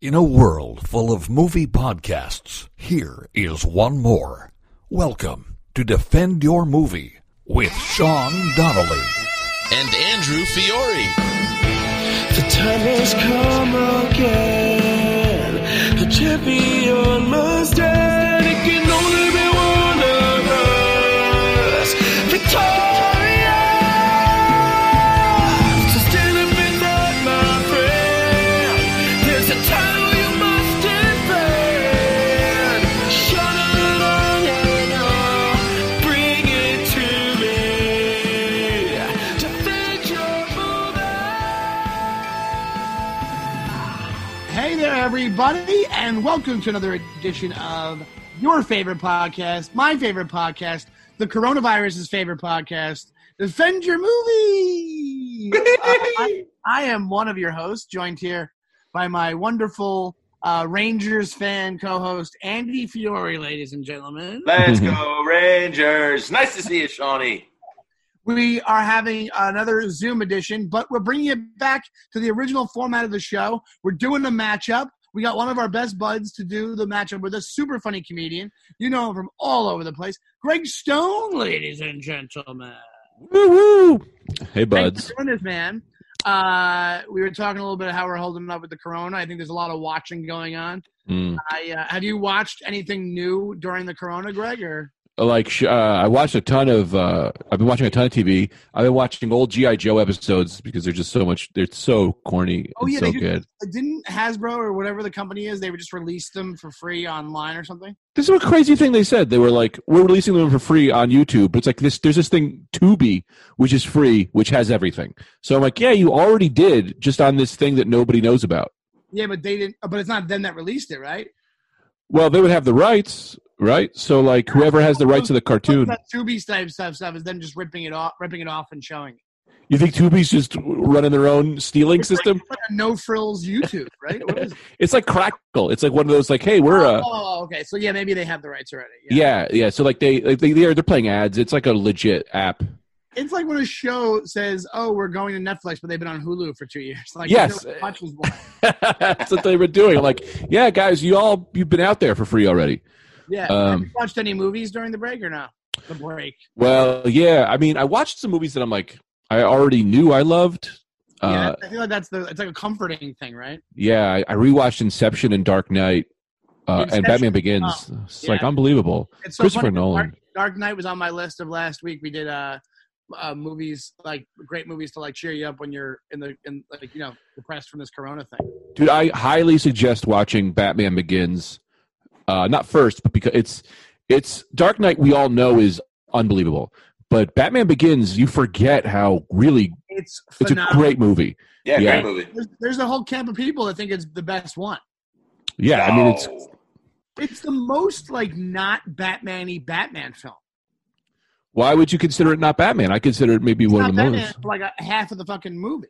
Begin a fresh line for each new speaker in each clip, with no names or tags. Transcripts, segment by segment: In a world full of movie podcasts, here is one more. Welcome to Defend Your Movie with Sean Donnelly.
and Andrew Fiore.
The time has come again. A champion must stand. It can only be one of us. Victoria! So stand up in that, my friend. There's a title you must defend. Shut it on and on. Bring it to me. Defend your movie.
Hey there, everybody, and welcome to another edition of your favorite podcast, my favorite podcast, the coronavirus's favorite podcast, Defend Your Movie. Uh, I, I am one of your hosts, joined here by my wonderful uh, Rangers fan co-host Andy Fiore, ladies and gentlemen.
Let's
Mm-hmm.
go, Rangers. Nice to see you, Shawnee.
We are having another Zoom edition, but we're bringing it back to the original format of the show. We're doing a matchup. We got one of our best buds to do the matchup with a super funny comedian. You know him from all over the place. Greg Stone, ladies and gentlemen.
Hey,
Thanks
buds.
for doing this, man. Uh, we were talking a little bit of how we're holding up with the corona. I think there's a lot of watching going on.
Mm.
I, uh, have you watched anything new during the corona, Greg? Or
Like, sh- uh, I watched a ton of. Uh, I've been watching a ton of TV. I've been watching old GI Joe episodes because they're just so much. They're so corny
Oh,
and
yeah,
so
they do-
good.
didn't Hasbro or whatever the company is, they would just release them for free online or something?
This is a crazy thing they said. They were like, "We're releasing them for free on YouTube," but it's like this. There's this thing Tubi, which is free, which has everything. So I'm like, "Yeah, you already did just on this thing that nobody knows about."
Yeah, but they didn't. But it's not them that released it, right?
Well, they would have the rights, right? So like, whoever has the rights to the cartoon,
That Tubi type stuff stuff is them just ripping it off, ripping it off and showing it.
you think Tubi's just running their own stealing system?
What a no frills YouTube, right? What is it?
It's like Crackle. It's like one of those like, "Hey, we're a."
oh, okay. So yeah, maybe they have the rights already.
Yeah, yeah. So like they like they they're, they're playing ads. It's like a legit app.
it's like when a show says, "Oh, we're going to Netflix," but they've been on Hulu for two years. Like,
Yes.
you know, much was born.
That's what they were doing. I'm like, yeah, guys, you all you've been out there for free already.
Yeah. have
Um,
you watched any movies during the break or no? The break.
Well, yeah. I mean, I watched some movies that I'm like, I already knew I loved.
Yeah,
Uh,
I feel like that's the. It's like a comforting thing, right?
yeah, I, I rewatched Inception and Dark Knight, uh,
Inception,
and Batman Begins. it's like
yeah.
unbelievable.
It's so
Christopher
funny.
Nolan.
Dark, Dark Knight was on my list of last week. We did uh, uh movies like great movies to like cheer you up when you're in the in like you know depressed from this corona thing.
dude i highly suggest watching batman begins uh not first but because it's it's dark knight we all know is unbelievable but batman begins you forget how really
It's
it's
phenomenal.
a great movie
Yeah,
Yeah.
great movie.
There's, there's a whole camp of people that think it's the best one.
yeah i mean it's
No.
It's the most like not Batman-y Batman film.
why would you consider it not batman i consider it maybe
It's
one
not
of the
Batman
most
for like a, half of the fucking movie.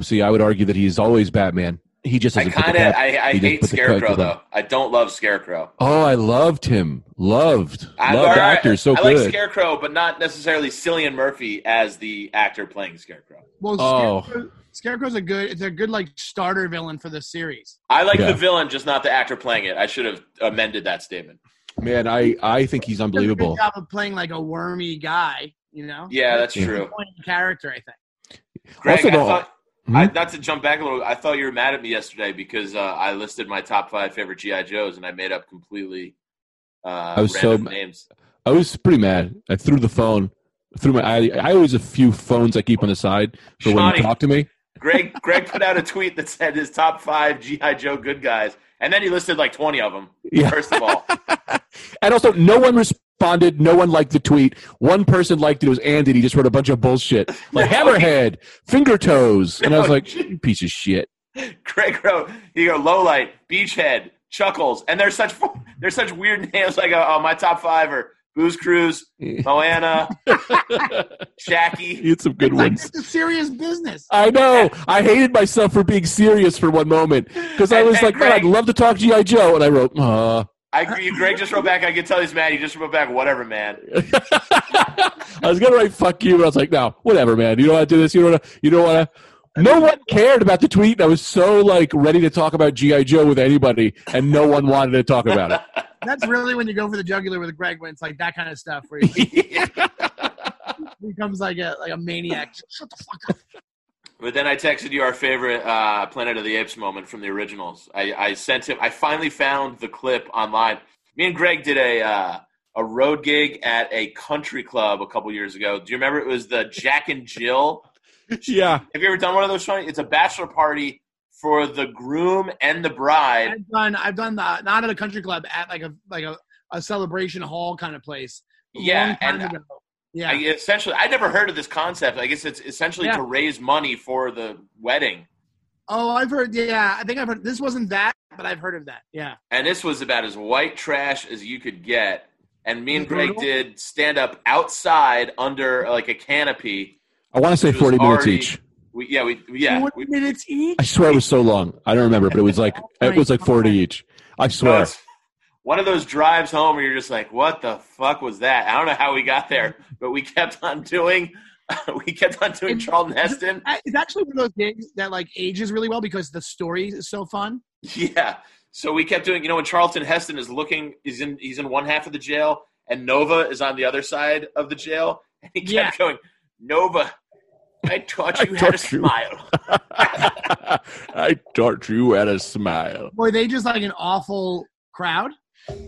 see i would argue that he's always batman he just
I
doesn't put the
kind of
cap-
I, I
he didn't
hate
put the character
Scarecrow
on.
though. I don't love Scarecrow.
oh i loved him loved
I,
loved
or I-
actor so
I
good
like Scarecrow, but not necessarily Cillian Murphy as the actor playing Scarecrow.
Well,
Oh.
Scarecrow, Scarecrow's a good. It's a good like starter villain for the series.
I like
Yeah.
the villain, just not the actor playing it. I should have amended that statement.
man i i think he's
He does a good
unbelievable
job of playing like a wormy guy. You know.
Yeah, that's
Yeah.
true.
Disappointing character, I think.
Greg,
Also,
I
the-
thought,
Hmm?
I, not to jump back a little, I thought you were mad at me yesterday because uh, I listed my top five favorite GI Joes and I made up completely. Uh, I
was so ma-
names.
I was pretty mad. I threw the phone. Threw my. I, I always have a few phones I keep on the side for when
Shawnee.
you talk to me.
Greg Greg put out a tweet that said his top five GI Joe good guys, and then he listed like twenty of them.
Yeah.
First of all,
And also, no one responded. No one liked the tweet. One person liked it. It was Andy. He just wrote a bunch of bullshit like hammerhead, finger toes, and I was like, you piece of shit.
Greg wrote, "You go lowlight, beachhead, chuckles, and there's such there's such weird names like uh, uh, my top five are Booze Cruise, Moana, Shacky.
You had some good
Like,
ones.
it's a serious business.
I know. I hated myself for being serious for one moment because I
And-
was
and
like, man, I'd
Greg-
love to talk GI Joe, and I wrote, uh.
I agree. Greg just wrote back. I can tell he's mad. He just wrote back. Whatever, man.
I was gonna write "fuck you," but I was like, "No, whatever, man. You don't want to do this. You don't. Wanna, you don't want to. no one cared about the tweet. I was so like ready to talk about GI Joe with anybody, and no one wanted to talk about it.
That's really when you go for the jugular with Greg when it's like that kind of stuff where he becomes like a like a maniac. Shut the fuck up.
But then I texted you our favorite uh, Planet of the Apes moment from the originals. I, I sent him. I finally found the clip online. Me and Greg did a uh, a road gig at a country club a couple years ago. Do you remember? It was the Jack and Jill.
Yeah,
Have you ever done one of those? Tony? It's a bachelor party for the groom and the bride.
I've done I've done the not at a country club at like a like a, a celebration hall kind of place. a
Yeah,
long time
and- uh,
ago. yeah.
I, essentially, I never heard of this concept. I guess it's essentially
Yeah.
to raise money for the wedding.
oh, I've heard. Yeah, I think I've heard. This wasn't that, but I've heard of that. Yeah.
and this was about as white trash as you could get. And me and Greg
Brutal.
did stand up outside under uh, like a canopy.
I want to say
It was
forty minutes
already-
each.
We, yeah, we yeah.
Forty
We,
minutes each.
I swear it was so long. I don't remember, but it was like
Oh
it was like forty each. I
no,
swear.
it's one of those drives home where you're just like, "What the fuck was that?" I don't know how we got there, but we kept on doing. we kept on doing
And-
Charlton Heston.
I- It's actually one of those gigs that like ages really well because the story is so fun.
Yeah. So we kept doing. You know, when Charlton Heston is looking, he's in he's in one half of the jail, and Nova is on the other side of the jail, and he kept
Yeah.
going, "Nova, I taught
I
you how to
taught you."
smile."
I taught you how to smile.
Were they just like an awful crowd?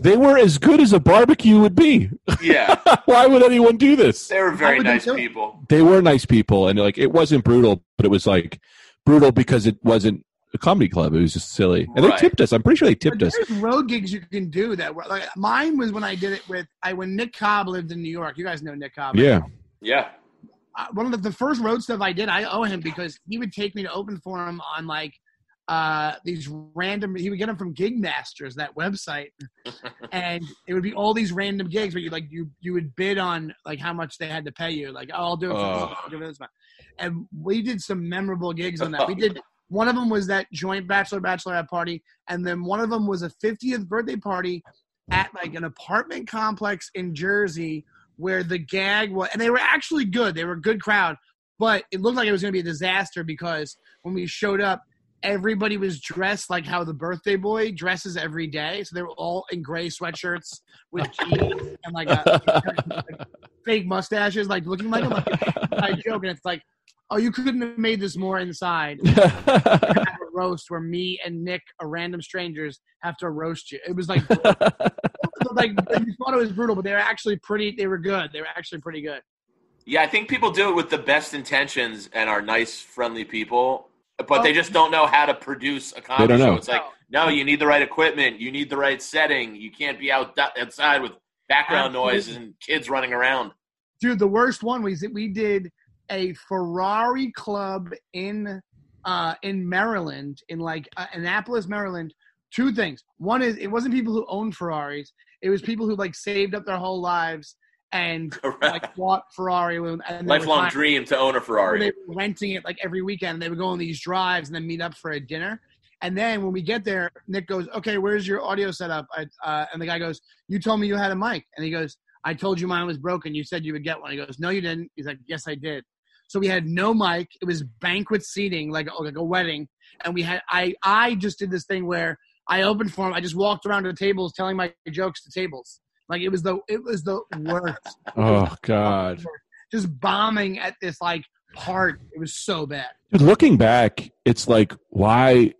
They were as good as a barbecue would be.
yeah,
Why would anyone do this?
they were very
would they
nice
do it?
people.
They were nice people, and like it wasn't brutal, but it was like brutal because it wasn't a comedy club. It was just silly, and they
Right.
tipped us. I'm pretty sure they tipped us.
There's road gigs you can do that were like mine was when I did it with I when Nick Cobb lived in New York. You guys know Nick Cobb. right?
Yeah,
Yeah,
uh, one of the, the first road stuff I did, I owe him because he would take me to open for him on like uh, these random. He would get them from Gig Masters, that website, and it would be all these random gigs where you like you you would bid on like how much they had to pay you. Like, oh, I'll do it for this,
Ugh.
I'll do it for this. one." And we did some memorable gigs on that. We did one of them was that joint bachelor bachelorette party, and then one of them was a 50th birthday party at like an apartment complex in Jersey where the gag was, and they were actually good. They were a good crowd, but it looked like it was going to be a disaster because when we showed up, everybody was dressed like how the birthday boy dresses every day. So they were all in gray sweatshirts with jeans and like, a, like, fake mustaches, like looking like a like, inside joke. And it's like, oh, you couldn't have made this more inside.
it
Have a roast where me and Nick, are random strangers, have to roast you. It was like, like you thought it was brutal, but they were actually pretty. They were good. They were actually pretty good.
yeah. I think people do it with the best intentions and are nice, friendly people, but
Oh.
they just don't know how to produce a comedy
don't
show.
know.
It's like, no, you need the right equipment, you need the right setting, you can't be out outside with background noise and kids running around.
dude the worst one was that we did a ferrari club in uh in maryland in like uh, annapolis maryland two things one is it wasn't people who owned ferraris it was people who like saved up their whole lives and like bought ferrari and they were
Lifelong
fine.
dream to own a
Or
Ferrari.
They were renting it like every weekend. They would go on these drives and then meet up for a dinner. And then when we get there, Nick goes, "Okay, where's your audio setup?" I, uh, and the guy goes, "You told me you had a mic." And he goes, "I told you mine was broken. You said you would get one." He goes, "No, you didn't." He's like, "Yes, I did." So we had no mic. It was banquet seating, like oh, like a wedding. And we had I I just did this thing where I opened for him. I just walked around to the tables, telling my jokes to tables. Like it was the it was the worst
oh god.
just bombing at this like part. It was so bad.
Dude, looking back, it's like why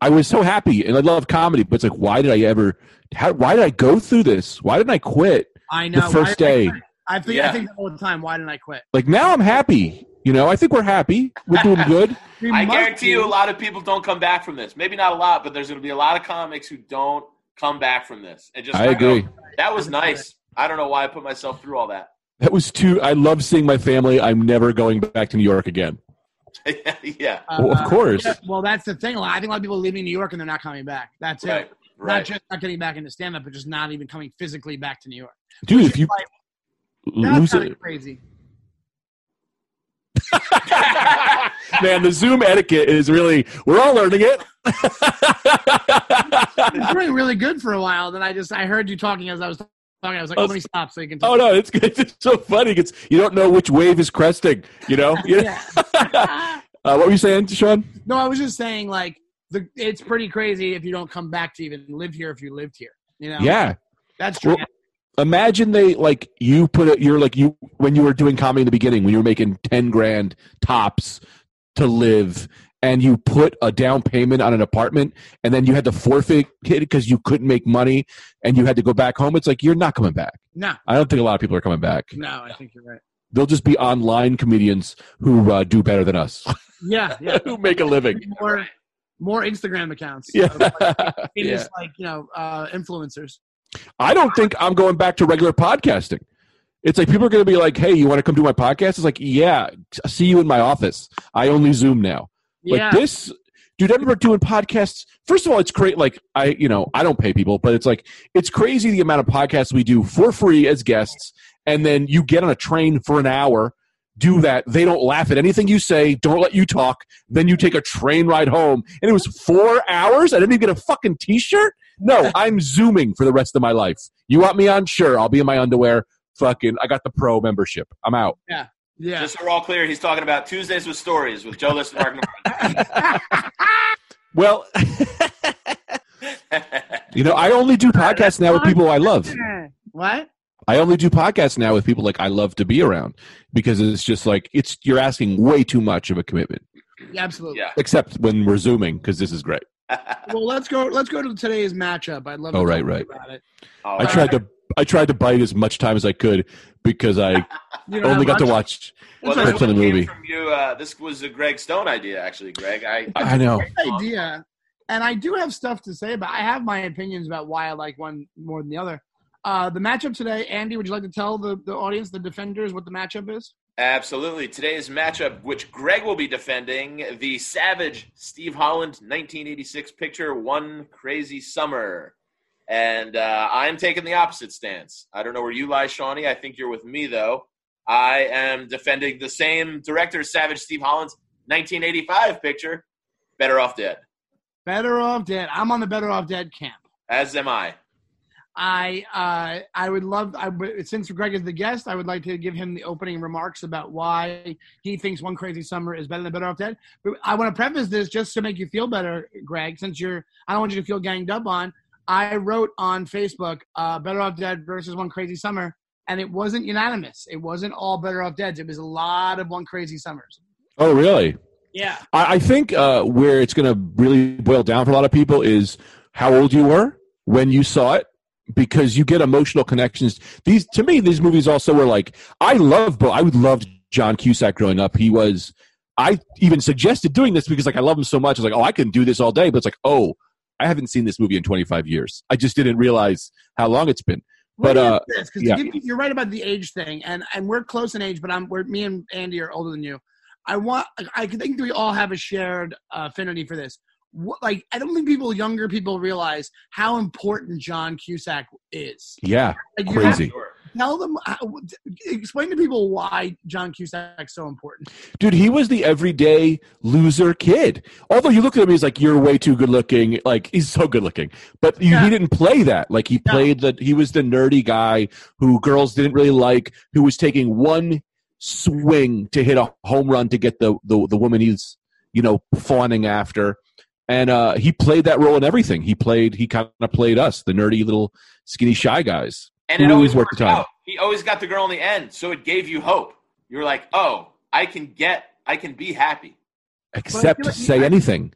I was so happy and I love comedy, but it's like why did I ever? How, why did I go through this? Why didn't I quit
I
the
know.
first
Why did I
day?
quit? I think
Yeah.
I think that all the time. Why didn't I quit?
Like now I'm happy. You know, I think we're happy. We're doing good.
We
I
must
guarantee you a
be-
lot of people don't come back from this. Maybe not a lot, but there's going to be a lot of comics who don't come back from this. And just
I
go,
agree.
That was nice. I don't know why I put myself through all that.
That was too. I love seeing my family. I'm never going back to New York again.
yeah.
Well, of course.
uh, Uh-huh. yeah, well, that's the thing. A lot- I think a lot of people are leaving New York and they're not coming back. That's
Right.
it. Not
Right.
just not getting back into stand up, but just not even coming physically back to New York.
Dude, if you
That's
lose
kind
it,
of crazy.
man, the Zoom etiquette is really. We're all learning it.
I was doing really good for a while. Then I just I heard you talking as I was talking. I was like, oh, let me stop so you can. Talk.
Oh no, it's it's so funny. It's you don't know which wave is cresting. You know.
Yeah.
Uh, what were you saying, Sean?
No, I was just saying like the it's pretty crazy if you don't come back to even live here if you lived here. You know,
Yeah.
that's true.
Well- Imagine they like you put it. You're like you when you were doing comedy in the beginning when you were making ten grand tops to live, and you put a down payment on an apartment, and then you had to forfeit it because you couldn't make money, and you had to go back home. It's like you're not coming back.
no,
I don't think a lot of people are coming back.
no, I think you're right.
They'll just be online comedians who uh, do better than us,
Yeah, yeah.
who make a living.
More, more Instagram accounts.
Yeah.
of, like,
yeah.
famous, like you know uh, influencers.
I don't think I'm going back to regular podcasting. It's like people are going to be like, "Hey, you want to come do my podcast?" It's like, "Yeah, see you in my office. I only Zoom now."
yeah,
Like this, dude. I remember doing podcasts. First of all, it's great. Like I, you know, I don't pay people, but it's like it's crazy the amount of podcasts we do for free as guests, and then you get on a train for an hour. Do that. They don't laugh at anything you say. Don't let you talk. Then you take a train ride home, and it was four hours. I didn't even get a fucking t-shirt. No, I'm zooming for the rest of my life. You want me on? Sure, I'll be in my underwear. Fucking, I got the pro membership. I'm out.
yeah.
Just so we're all clear, he's talking about Tuesdays with Stories with Joe List and Mark
Well,
Norman.
you know, I only do podcasts now with people I love.
what?
I only do podcasts now with people like I love to be around because it's just like it's you're asking way too much of a commitment.
Yeah, absolutely.
yeah.
Except when we're zooming because this is great.
Well, let's go. Let's go to today's matchup. I'd love.
Oh,
to
right,
talk
right.
About it.
Oh,
I tried to I tried to bite as much time as I could because I
You don't
only
have
got to
much?
watch.
well, this
That's
all right.
one
Clips in the
came
movie.
from you. Uh, this was a Greg Stone idea, actually, Greg. I, I,
I know.
Great idea. And I do have stuff to say about. I have my opinions about why I like one more than the other. Uh, the matchup today, Andy. Would you like to tell the, the audience, the defenders, what the matchup is?
Absolutely. Today's matchup, which Greg will be defending, the Savage Steve Holland 1986 picture, One Crazy Summer. And uh, I'm taking the opposite stance. I don't know where you lie, Shawnee. I think you're with me, though. I am defending the same director, Savage Steve Holland's 1985 picture, Better Off Dead,
Better off dead. I'm on the better off dead camp.
as am I.
I uh, I would love I, would- since Greg is the guest, I would like to give him the opening remarks about why he thinks One Crazy Summer is better than Better Off Dead. But I want to preface this just to make you feel better, Greg. Since you're, I don't want you to feel ganged up on. I wrote on Facebook, uh, Better Off Dead versus One Crazy Summer, and it wasn't unanimous. It wasn't all Better Off Deads. It was a lot of One Crazy Summers.
Oh, really?
Yeah.
I, I think uh, where it's going to really boil down for a lot of people is how old you were when you saw it, because you get emotional connections. These to me, these movies also were like I love, but I would love John Cusack growing up. He was. I even suggested doing this because like I love him so much. I was like, oh, I can do this all day. But it's like, oh, I haven't seen this movie in 25 years. I just didn't realize how long it's been. But,
Let me
uh,
ask this, 'cause
yeah.
you, you're right about the age thing, and and we're close in age, but I'm we're me and Andy are older than you. I want I think we all have a shared uh, affinity for this. What, like I don't think people younger people realize how important John Cusack is.
Yeah,
Like, you have
crazy.
Sure.
to tell them, how, explain to people why John Cusack's so important.
Dude, he was the everyday loser kid. Although you look at him, he's like, you're way too good looking. Like, he's so good looking. But you,
Yeah.
he didn't play that. Like, he
No.
played the, he was the nerdy guy who girls didn't really like, who was taking one swing to hit a home run to get the, the, the woman he's, you know, fawning after. And uh, he played that role in everything. He played, he kind of played us, the nerdy little skinny shy guys.
And
Who
it always
always worked
worked
the time.
out. He always got the girl in the end, so it gave you hope. You're like, oh, I can get, I can be happy.
Except
like
say
you-
anything.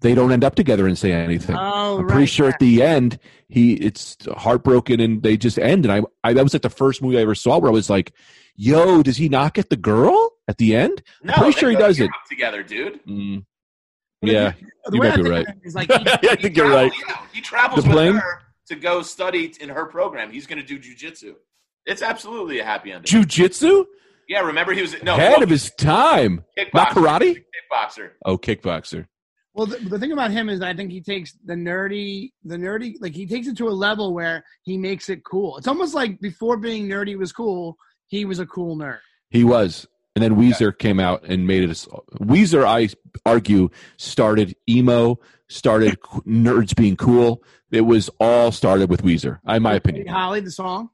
They don't end up together and say anything.
Oh,
I'm pretty sure at the end he it's heartbroken and they just end. And I, I that was like the first movie I ever saw where I was like, "Yo, does he not get the girl at the end?"
No,
pretty
they
sure he
go to
does it.
Europe Together, dude.
Mm.
But if
Yeah,
the
you
way
might
I
be
think of
right.
it is like he-
I think you're right.
travels- yeah, he travels
The
with
plane?
her to go study in her program. He's going to do jujitsu. It's absolutely a happy ending.
Jujitsu
yeah, remember he was no
ahead
well,
of his time, not
kickboxer.
karate.
Kickboxer.
Oh, kickboxer.
Well, the, the thing about him is that I think he takes the nerdy, the nerdy, like he takes it to a level where he makes it cool. It's almost like before being nerdy was cool, he was a cool nerd.
He was, and then Weezer came out and made it. A, s- Weezer, I argue, started emo, started qu- nerds being cool. It was all started with Weezer, in my opinion.
Buddy Holly, the song.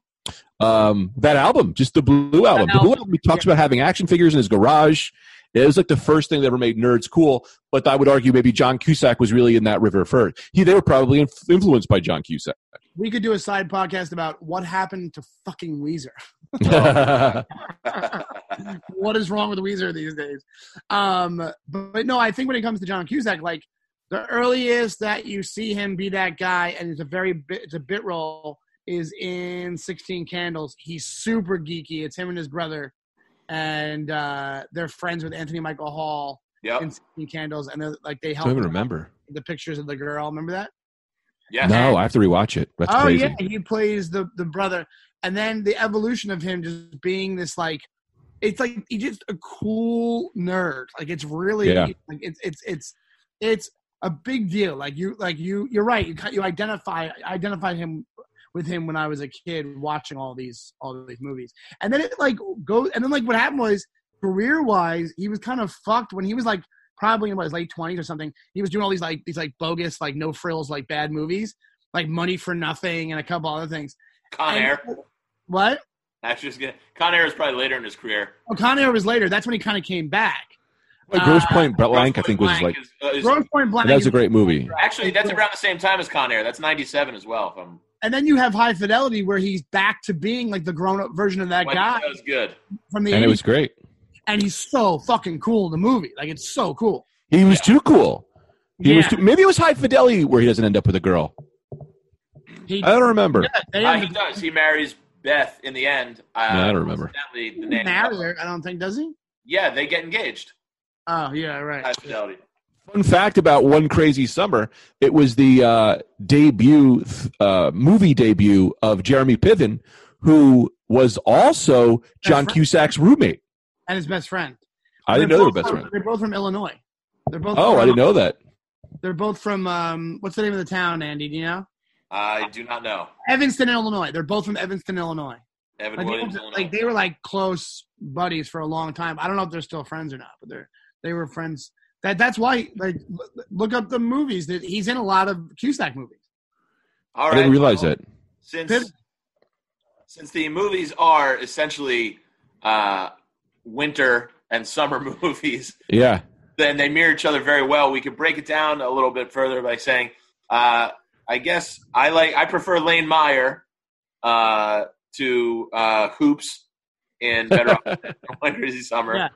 um, that album, just the blue album. The blue
album,
album he talks about having action figures in his garage It was like the first thing that ever made nerds cool. But I would argue maybe John Cusack was really in that river first. He they were probably inf- influenced by John Cusack.
We could do a side podcast about what happened to fucking Weezer. what is wrong with Weezer these days? Um, but, but no, I think when it comes to John Cusack, like the earliest that you see him be that guy, and it's a very bit, it's a bit role, is in Sixteen Candles. He's super geeky. It's him and his brother, and uh, they're friends with Anthony Michael Hall
Yep.
in Sixteen Candles, and they're, like they
I
help
don't even
him
remember.
with the pictures of the girl. Remember that?
Yeah.
No, I have to rewatch it. That's
oh
crazy.
yeah, he plays the the brother, and then the evolution of him just being this like, it's like he's just a cool nerd. Like it's really
Yeah.
like it's it's it's it's a big deal. Like you like you you're right. You ki- you identify I identified him with him when I was a kid watching all these all these movies, and then it like goes and then like what happened was career wise he was kind of fucked when he was like probably in what, his late twenties or something. He was doing all these like these like bogus like no frills like bad movies like Money for Nothing and a couple other things.
Con
And-
Air.
What?
That's just gonna, Con Air is probably later in his career.
Oh, Con Air was later. That's when he kind of came back.
Like Gross
Uh,
Point Blank, I
Grosse
think was
Pointe
like
Blank is- uh, is-
Gross Point Blank.
that was a
is-
great movie.
actually that's around the same time as Con Air. That's '97 as well. If I'm,
And then you have High Fidelity, where he's back to being like the grown-up version of that
when-
guy
that was good.
from the
And it
80s,
was great.
and he's so fucking cool in the movie. Like it's so cool.
He was too cool. He was
Yeah.
too, maybe it was High Fidelity where he doesn't end up with a girl.
He,
I don't remember.
they
Uh,
end
he
up-
does. He marries Beth in the end. Uh,
No, I don't remember.
coincidentally, the
he
name-
married her, I don't think does he?
Yeah, they get engaged.
Oh yeah, right.
High fidelity.
Fun fact about One Crazy Summer: it was the uh, debut th- uh, movie debut of Jeremy Piven, who was also John
right.
Cusack's roommate.
and his best friend.
I didn't know they were best friends.
They're both from Illinois. They're both.
Oh, I
from-
didn't know that.
They're both from um, what's the name of the town, Andy? Do you know?
I do not know.
Evanston, Illinois. They're both from Evanston, Illinois.
Evan
Like they,
Williams.
were,
Illinois.
like they were like close buddies for a long time. I don't know if they're still friends or not, but they're they were friends. That that's why like l- look up the movies that he's in a lot of Cusack movies.
All
I didn't
right,
realize
well,
that.
Since
Pip-
since the movies are essentially uh, winter and summer movies,
Yeah,
then they mirror each other very well. We could break it down a little bit further by saying, uh, I guess I like I prefer Lane Meyer uh, to uh, Hoops in Better Off Dead from One Crazy Summer.
Yeah.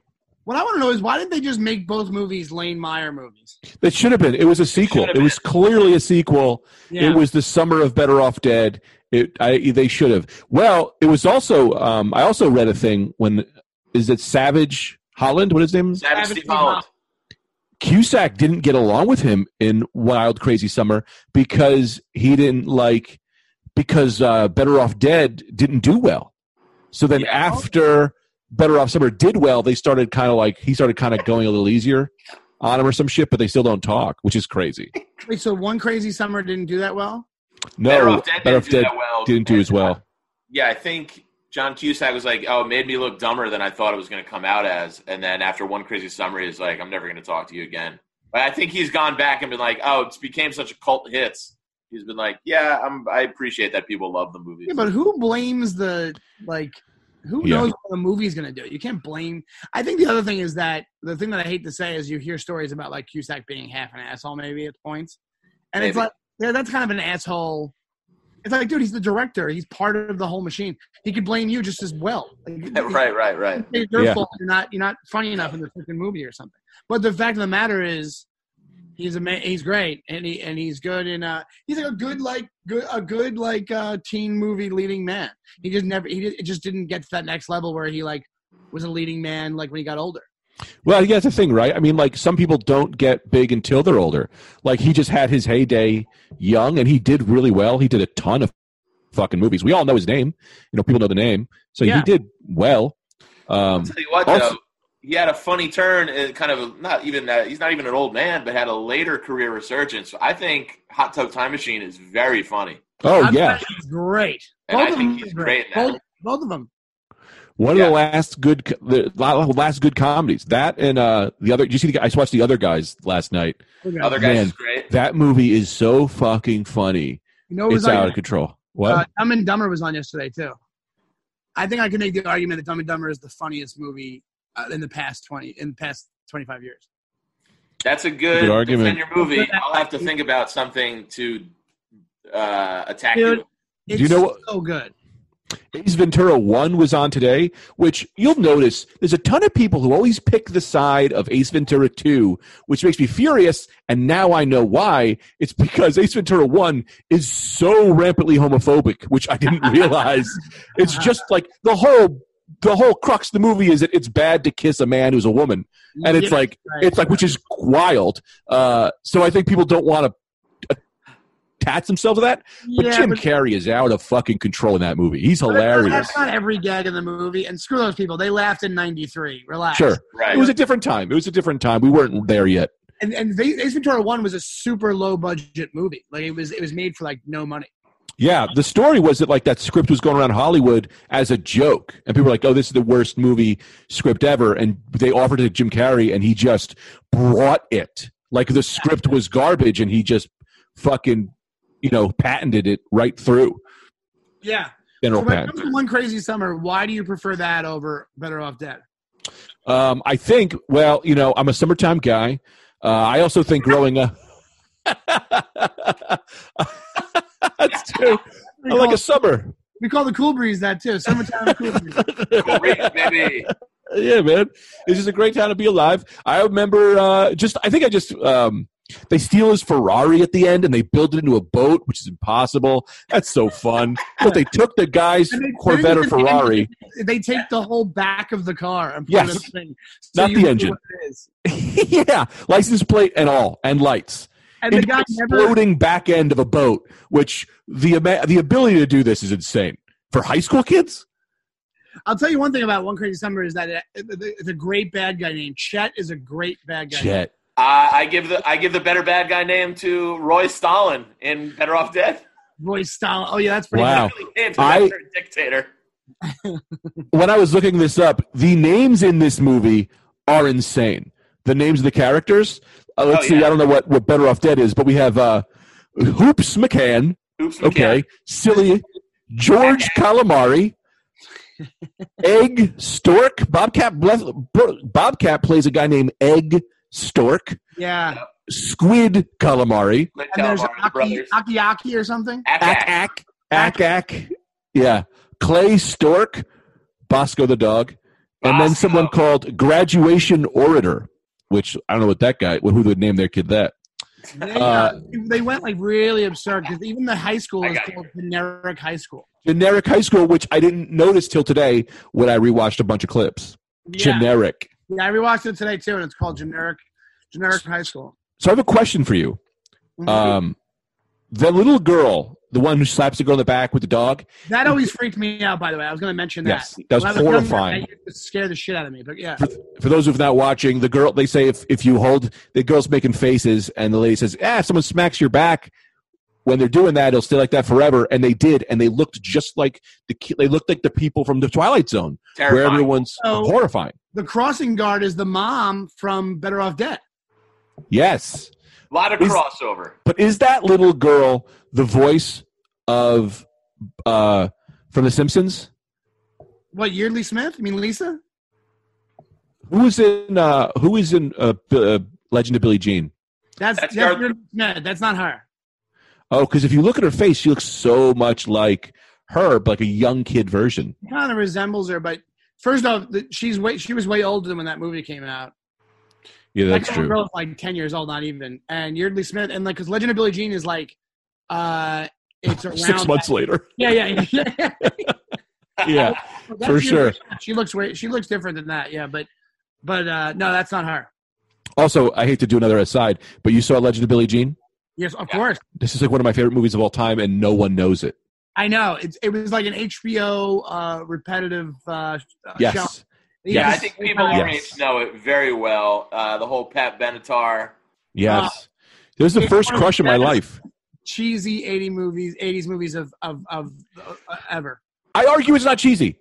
What I want to know is why didn't they just make both movies Lane Meyer movies?
that should have been. It was a sequel.
should have
It was clearly a sequel.
Yeah.
It was the summer of Better Off Dead. It I, they should have. Well, it was also. Um, I also read a thing when is it Savage Holland? What is his name? is?
Savage Steve Holland.
Cusack didn't get along with him in Wild Crazy Summer because he didn't like because uh, Better Off Dead didn't do well. So then
Yeah.
after Better Off Summer did well, they started kind of like he started kind of going a little easier on him or some shit, but they still don't talk, which is crazy.
Wait, so one crazy summer didn't do that well?
No,
Better Off Dead didn't
Better Off
do
Dead
that well.
didn't do as well.
Yeah, I think John Cusack was like, "Oh, it made me look dumber than I thought it was going to come out as." And then after one crazy summer, he's like, "I'm never going to talk to you again." But I think he's gone back and been like, "Oh, it's became such a cult hits." He's been like, "Yeah, I'm, I appreciate that people love the movies."
Yeah, but who blames the like? Who
Yeah.
knows what the movie's gonna do? You can't blame. I think the other thing is that the thing that I hate to say is you hear stories about like Cusack being half an asshole maybe at points, and it's
Maybe.
like yeah, that's kind of an asshole. It's like, dude, he's the director. He's part of the whole machine. He could blame you just as well. Like,
right, right, right.
It's your
Yeah.
fault. You're not you're not funny enough in the freaking movie or something. But the fact of the matter is, he's ama- he's great and he and he's good in uh he's like a good like good a good like uh teen movie leading man. He just never he did, it just didn't get to that next level where he like was a leading man like when he got older.
Well, yeah, that's the thing, right? I mean, like some people don't get big until they're older. Like he just had his heyday young, and he did really well. He did a ton of fucking movies. We all know his name. You know, people know the name, so
Yeah.
he did well. Um,
I'll tell you what,
also-
though, he had a funny turn. uh, Kind of a- not even that. He's not even an old man, but had a later career resurgence. I think Hot Tub Time Machine is very funny.
oh
I'm
yeah,
saying he's great.
And I
of
think
them
he's
are
great in that.
Both, both of them.
one
yeah.
of the last good, co- the la- last good comedies. That and uh, the other. Did you see? The, guy- I just watched the other guys last night.
Other guys
Man.
is great.
That movie is so fucking funny.
You know, it was
It's
like,
out of control. What?
Uh, Dumb and Dumber was on yesterday too. I think I could make the argument that Dumb and Dumber is the funniest movie uh, in the past twenty in the past twenty five years.
That's a good,
Good argument.
defend your movie. I'll have to think about something to uh, attack you.
Dude.
Do
It's
you know what-
so good.
Ace Ventura 1 was on today, which you'll notice there's a ton of people who always pick the side of Ace Ventura 2, which makes me furious. And now I know why. It's because Ace Ventura 1 is so rampantly homophobic, which I didn't realize. it's just like the whole. The whole crux of the movie is that it's bad to kiss a man who's a woman, and it's
Yeah,
like
right.
it's like which is wild. Uh, so I think people don't want to attach themselves to that. But
Yeah,
Jim
but-
Carrey is out of fucking control in that movie. He's
but that's-
hilarious.
That's not every gag in the movie, and screw those people. They laughed in '93. Relax.
Sure.
Right.
It was a different time. It was a different time. We weren't there yet.
And and Va- Ace Ventura One was a super low budget movie. Like it was it was made for like no money.
Yeah. The story was that like that script was going around Hollywood as a joke. And people were like, oh, this is the worst movie script ever. And they offered it to Jim Carrey and he just brought it. Like the script was garbage and he just fucking, you know, patented it right through.
Yeah. So
General
when it
patent.
comes to One Crazy Summer, why do you prefer that over Better Off Dead?
Um, I think, well, you know, I'm a summertime guy. Uh, I also think growing up. That's true. I like a summer.
We call the Cool Breeze that too. Summertime Cool Breeze.
Cool breeze, baby.
yeah, man. This is a great time to be alive. I remember uh, just, I think I just, um, they steal his Ferrari at the end and they build it into a boat, which is impossible. That's so fun. But they took the guy's
And they-
Corvette or
they didn't-
Ferrari.
They take the whole back of the car and put
Yes.
it up thing.
Not
you
the
know
engine.
what it is.
yeah, license plate and all, and lights.
And the
Into
guy never.
exploding back end of a boat, which the ama- the ability to do this is insane for high school kids.
I'll tell you one thing about One Crazy Summer is that it, the, the great bad guy named Chet is a great bad guy.
Jet.
Uh, I give the I give the better bad guy name to Roy Stalin in Better Off Dead.
Roy Stalin. Oh yeah, that's pretty.
Wow.
Wow.
Really named him
I-
after a dictator.
When I was looking this up, the names in this movie are insane. The names of the characters. Uh, let's
Oh,
see.
yeah.
I don't know what what Better Off Dead is, but we have uh, Hoops McCann.
Oops.
Okay,
McCann.
silly George Calamari. Egg Stork. Bobcat. Bleth- Bo- Bobcat plays a guy named Egg Stork.
Yeah.
Squid Calamari.
Clint
And there's
Calamari, the
Aki,
brothers.
Aki Aki or something.
Ack, ack.
Ack ack ack ack. Yeah, Clay Stork, Bosco the dog, and then
Bosco.
someone called Graduation Orator, which I don't know what that guy. Who would name their kid that?
They, uh,
Uh,
they went like really absurd because even the high school
I
is
got
called generic high school.
Generic High School, which I didn't notice till today when I rewatched a bunch of clips.
Yeah.
Generic.
yeah, I rewatched it today too, and it's called generic generic high school.
So I have a question for you.
Mhm.
Um, the little girl, the one who slaps the girl in the back with the dog.
That always freaked me out, by the way. I was going to mention that.
Yes, that was
When I younger,
horrifying.
That used to scare the shit out of me. But yeah,
For, for those who's not watching, the girl they say if, if you hold the girl's making faces and the lady says, "Ah, if someone smacks your back." When they're doing that, it'll stay like that forever. And they did, and they looked just like the ki- they looked like the people from the Twilight Zone, where
Terrifying.
everyone's
Oh.
horrifying.
the crossing guard is the mom from Better Off Dead.
Yes,
A lot of
Is-
crossover.
but is that little girl the voice of uh, from The Simpsons?
What Yeardley Smith? You mean Lisa?
Who was in uh, Who is in uh, B- uh, Legend of Billie Jean?
That's
That's
that's,
Gar-
Yeardley Smith. That's not her.
Oh, because if you look at her face, she looks so much like her, but like a young kid version.
Kind of resembles her, but first off, the- she's way she was way older than when that movie came out.
Yeah,
That little Girl was like ten years old, not even. And Yeardley Smith, and like because Legend of Billie Jean is like, uh, it's around
Six months
That,
later.
yeah, yeah, yeah.
Yeah,
That's
for
Yeardley
sure.
Smith. She looks way she looks different than that. Yeah, but but uh, no, that's not her.
Also, I hate to do another aside, but you saw Legend of Billie Jean?
Yes, of
Yeah.
course.
This is like one of my favorite movies of all time, and no one knows it.
I know. It's, it was like an HBO uh, repetitive uh, sh- uh,
Yes.
show.
Yeah, I
Yes.
think people our
Yes.
age know it very well. Uh, the whole Pat Benatar.
Yes. it was the
Uh, it's
first
one of
crush of my
the
life.
cheesy 80 movies 80s movies of of, of uh, ever
I argue it's not cheesy.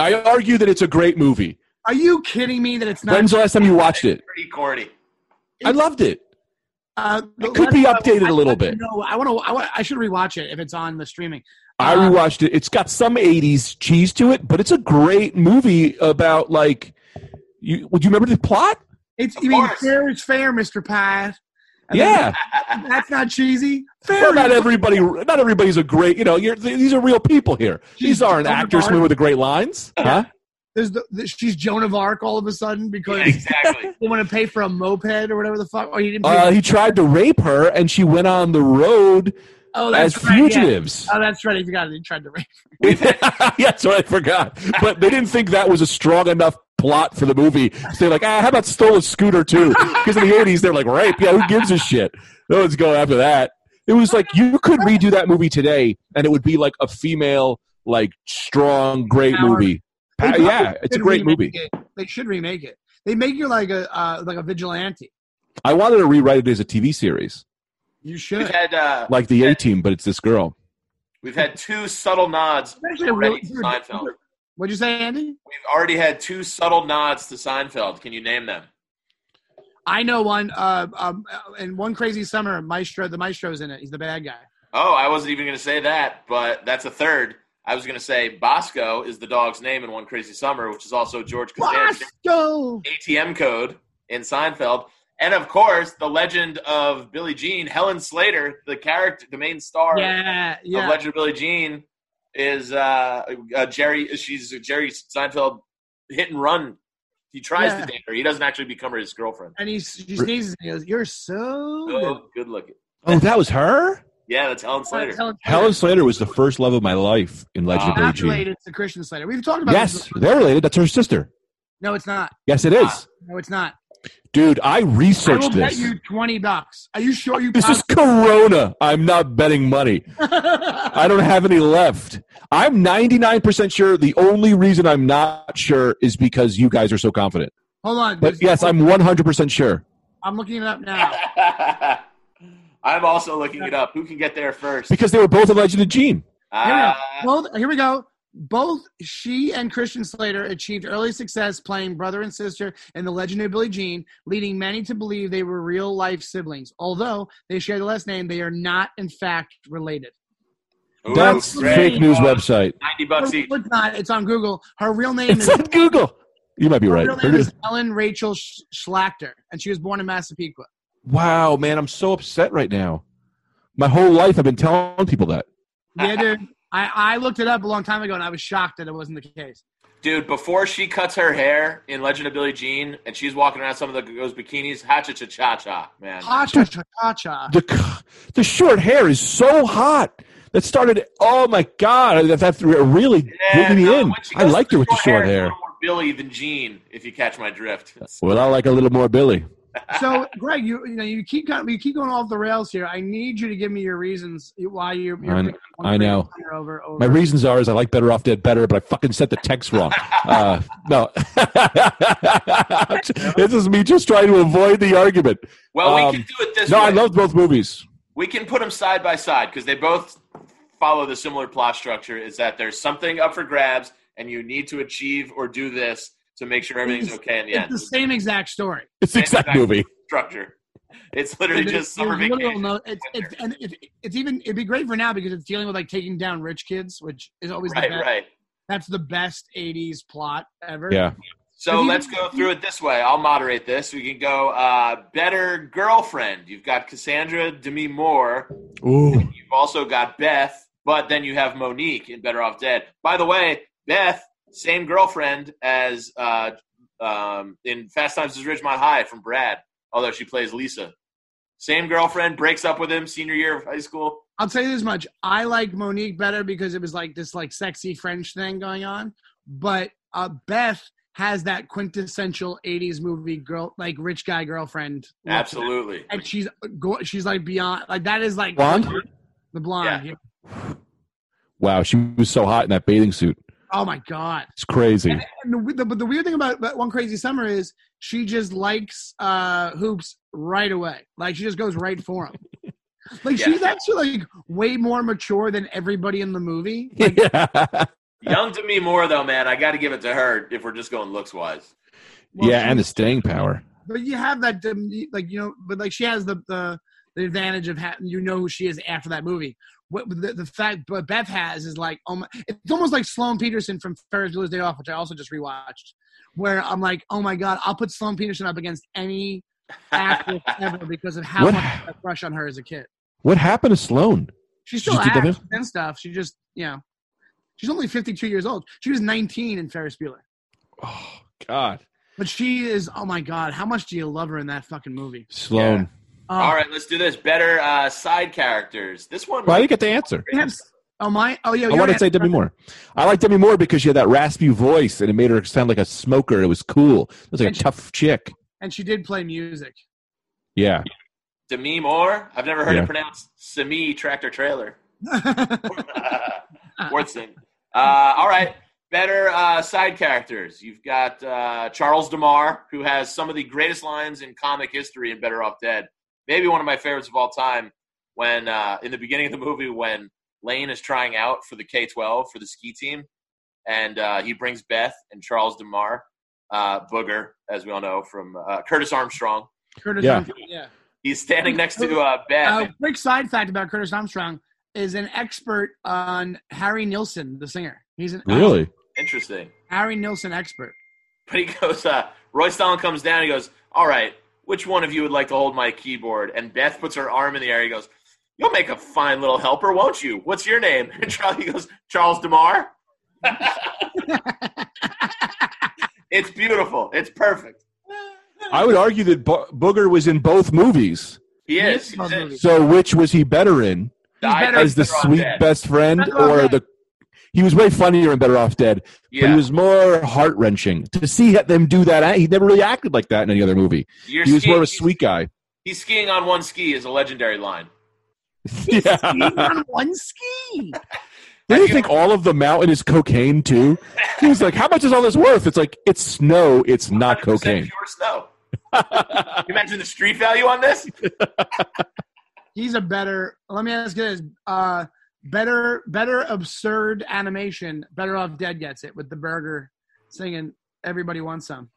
I argue that it's a great movie.
are you kidding me that it's not
When's the last time you watched it?
Pretty corny.
I loved it.
uh, the
It could be
last-
updated
I-
a little
I-
bit.
no i want to I, wa- I should rewatch it if it's on the streaming
I
Uh,
rewatched it. It's got some 80s cheese to it, but it's a great movie about like You would you remember the plot?
It's
Of
you mean
course.
fair is fair, Mr. Pie. And
Yeah.
then- that's not cheesy. Fair.
Well,
is
not everybody. Not everybody's a great. You know, you're, th- these are real people here. These
Jeez,
aren't
Joan of
actors
Arc.
with the great lines, huh?
There's the, the, she's Joan of Arc all of a sudden because
Yeah, exactly.
they want to pay for a moped or whatever the fuck. Oh, you didn't. Pay
Uh, he tried to rape her, and she went on the road
oh,
as
that's right. yeah.
fugitives.
Oh, that's right. I forgot. They tried to rape.
yeah, that's what I forgot. But they didn't think that was a strong enough plot for the movie. So they're like, ah, how about Stole a Scooter too? Because in the 80s, they're like, rape. Yeah, who gives a shit? No one's going after that. It was like, you could redo that movie today, and it would be like a female, like, strong, great
Power.
movie.
They
Uh,
probably
yeah, it's a
should
great
remake
movie.
it. They should remake it. They make you like a uh, like a vigilante.
I wanted to rewrite it as a TV series,
You
We've
should.
had uh,
like The A Team, but it's this girl.
we've had two subtle nods
Especially a
already
really-
to Seinfeld. We've
What'd you say, Andy?
already had two subtle nods to Seinfeld. Can you name them?
I know one. Uh, um, and one crazy summer, Maestro. The Maestro's in it. He's the bad guy.
Oh, I wasn't even going to say that, but that's a third. I was going to say Bosco is the dog's name in One Crazy Summer, which is also George Costanza's
Bosco.
ATM code in Seinfeld. And of course, the legend of Billie Jean, Helen Slater, the character, the main star
Yeah,
of
yeah.
Legend of Billie Jean, is uh, uh, Jerry. She's Jerry Seinfeld hit and run. He tries
Yeah.
to date her. He doesn't actually become her his girlfriend.
And he she sneezes and he goes, "You're so."
Oh, good looking.
Oh, that was her?
Yeah, that's Helen
good.
Slater.
Helen Slater was the first love of my life in Legend of
Ah.
Billie
Not
Jean.
related to Christian Slater. We've talked about
Yes,
this.
they're related. That's her sister.
No, it's not.
Yes, it is.
No, it's not.
Dude, I
I will
researched
bet
this.
you twenty bucks. Are you sure you?
This is Corona. I'm not betting money. I don't have any left. I'm 99% sure. The only reason I'm not sure is because you guys are so confident.
Hold on.
But
There's-
yes, I'm 100% sure.
I'm looking it up now.
I'm also looking it up. Who can get there first?
Because they were both in Legend of Gene.
Uh,
Both here we go. Both she and Christian Slater achieved early success playing brother and sister in The Legend of Billie Jean, leading many to believe they were real life siblings. Although they share the last name, they are not in fact related.
Uh, ooh,
That's
great. Oh,
fake news website.
Ninety bucks each.
No, it's not. It's on Google. Her real name
It's
is,
on Google. You might be
her
right.
real name is Ellen Rachel Sch- Schlachter, and she was born in Massapequa.
Wow, man, I'm so upset right now. My whole life I've been telling people that.
Yeah, dude. I, I looked it up a long time ago, and I was shocked that it wasn't the case.
Dude, before she cuts her hair in Legend of Billie Jean and she's walking around some of the, those bikinis, hacha cha cha cha, man.
Ha cha cha cha cha.
the c- the short hair is so hot. That started. Oh my god, that, that really
Yeah,
drew me
no,
in.
when she
I
goes
liked her with the short
it's a
hair.
little more Billy than Jean, if you catch my drift. It's-
Well, I like a little more Billy.
so Greg, you you know you keep going, you keep going off the rails here. I need you to give me your reasons why you. You're
I-
picking one
I know.
player Over, over.
My reasons are is I like Better Off Dead better, but I fucking sent the text wrong. Uh, no, this is me just trying to avoid the argument.
Well, we
Um,
can do it this
No,
way.
I loved both movies.
we can put them side by side because they both follow the similar plot structure is that there's something up for grabs and you need to achieve or do this to make sure everything's okay in the
it's
end.
the same exact story.
It's the exact
Exactly.
movie.
structure. It's literally
There's-
just summer
there's literal
vacation.
no- it's, it's, and it, it's even it'd be great for now because it's dealing with like taking down rich kids, which is always the
Right,
best.
right.
That's the best '80s plot ever.
Yeah,
So
Have you-
let's go through it this way. I'll moderate this. We can go uh, better girlfriend. You've got Cassandra Demi Moore.
ooh,
You've also got Beth, but then you have Monique in Better Off Dead. By the way, Beth, same girlfriend as uh, um, in Fast Times at Ridgemont High from Brad, although she plays Lisa. Same girlfriend breaks up with him senior year of high school.
I'll tell you this much: I like Monique better because it was like this like sexy French thing going on, but uh, Beth has that quintessential '80s movie girl, like rich guy girlfriend. look.
Absolutely.
and she's uh, go- she's like beyond like that is like
Blonde?
the blonde. yeah.
wow, she was so hot in that bathing suit.
Oh my god!
It's crazy.
And the, the, but the weird thing about, about One Crazy Summer is she just likes uh, hoops right away. Like she just goes right for him. Like
Yeah.
she's actually like way more mature than everybody in the movie. Like,
yeah,
Young Demi Moore, though, man, I got to give it to her if we're just going looks wise.
well, she-
and the staying power.
but you have that dem- like you know, but like she has the the, the advantage of ha- you know who she is after that movie. what the, the fact but Beth has is like, oh my, it's almost like Sloan Peterson from Ferris Bueller's Day Off, which I also just rewatched, where I'm like, oh my god, I'll put Sloan Peterson up against any actress ever because of how
What-
much I had a crush on her as a kid.
What happened to Sloan?
She
She
still
just did that
acts and stuff. She just, you know, she's only 52 years old. She was 19 in Ferris Bueller.
Oh God,
But she is, oh my God, how much do you love her in that fucking movie?
Sloan.
Yeah.
Oh,
All right, let's do this. Better uh, side characters. This one.
Well, I didn't get the answer.
we have- oh, my. Oh, yeah.
I wanted to say Demi Moore. I like Demi Moore because she had that raspy voice and it made her sound like a smoker. It was cool. It was like a
And she-
tough chick.
And she did play music.
Yeah.
Demi Moore. I've never heard
Yeah.
it pronounced Semi Tractor Trailer.
oh,
Worthson. Uh, all right. Better uh, side characters. You've got uh, Charles DeMar, who has some of the greatest lines in comic history in Better Off Dead. Maybe one of my favorites of all time when, uh, in the beginning of the movie, when Lane is trying out for the K 12 for the ski team, and uh, he brings Beth and Charles DeMar, uh, Booger, as we all know, from uh, Curtis Armstrong.
Curtis
Yeah.
Armstrong, yeah.
He's standing next to uh, Beth.
Uh, quick side fact about Curtis Armstrong is an expert on Harry Nilsson, the singer. He's an
Really?
Interesting.
Harry Nilsson expert.
But he goes, uh, Roy Stalin comes down. He goes, All right, which one of you would like to hold my keyboard? And Beth puts her arm in the air. He goes, You'll make a fine little helper, won't you? What's your name? And Charlie goes, Charles DeMar. it's beautiful. It's perfect.
I would argue that Bo- Booger was in both movies.
He
He
is.
is in both
He's in.
movies.
So which was he better in?
He's
I
better
think
As the
Better Off
sweet
Dead.
best friend
Better Off
or
Dead.
the he was way funnier and better off dead, but
Yeah.
he was more heart wrenching to see them do that. He never really acted like that in any other movie.
You're
He was
skiing,
more of a sweet guy.
He's skiing on one ski is a legendary line.
He's
Yeah.
on one ski.
Did you think all of the mountain is cocaine too? He was like, "How much is all this worth?" It's like it's snow. It's not
100%
cocaine.
Pure snow. Can you imagine the street value on this?
He's a better. Let me ask you this: uh, better, better absurd animation. Better off dead gets it with the burger singing. Everybody wants some.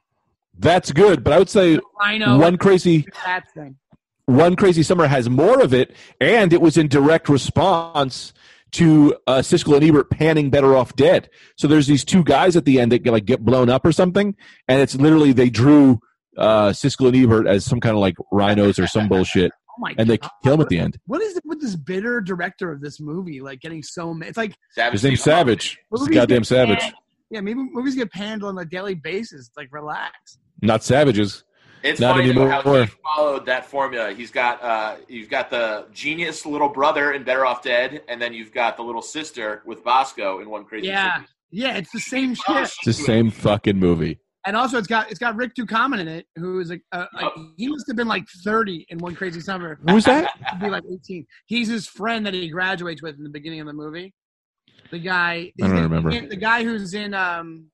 That's good, but I would say
Rhino.
one crazy
that thing.
one crazy summer has more of it, and it was in direct response to uh, Siskel and Ebert panning Better Off Dead. So there's these two guys at the end that get, like get blown up or something, and it's literally they drew uh, Siskel and Ebert as some kind of like rhinos or some bullshit,
Oh my
and they
god!
kill him at the end.
What is it with this bitter director of this movie? Like getting so ma- it's like
Savage
His name's
Steve Harvey.
Savage. He's
movies
goddamn
get
savage.
panned- Yeah, maybe movies get panned on a daily basis. Like relax.
Not savages.
It's
Not
funny though, how
anymore.
he followed that formula. He's got uh, you've got the genius little brother in Better Off Dead, and then you've got the little sister with Bosco in One Crazy
Yeah,
City.
yeah, it's the same shit.
Gosh,
It's the same fucking movie.
And also, it's got it's got Rick Ducommun in it, who is like uh, like, he must have been like thirty in one crazy summer.
Who's that?
to be like 18. He's his friend that he graduates with in the beginning of the movie. The guy.
I don't
he's in-
remember.
The guy who's in. um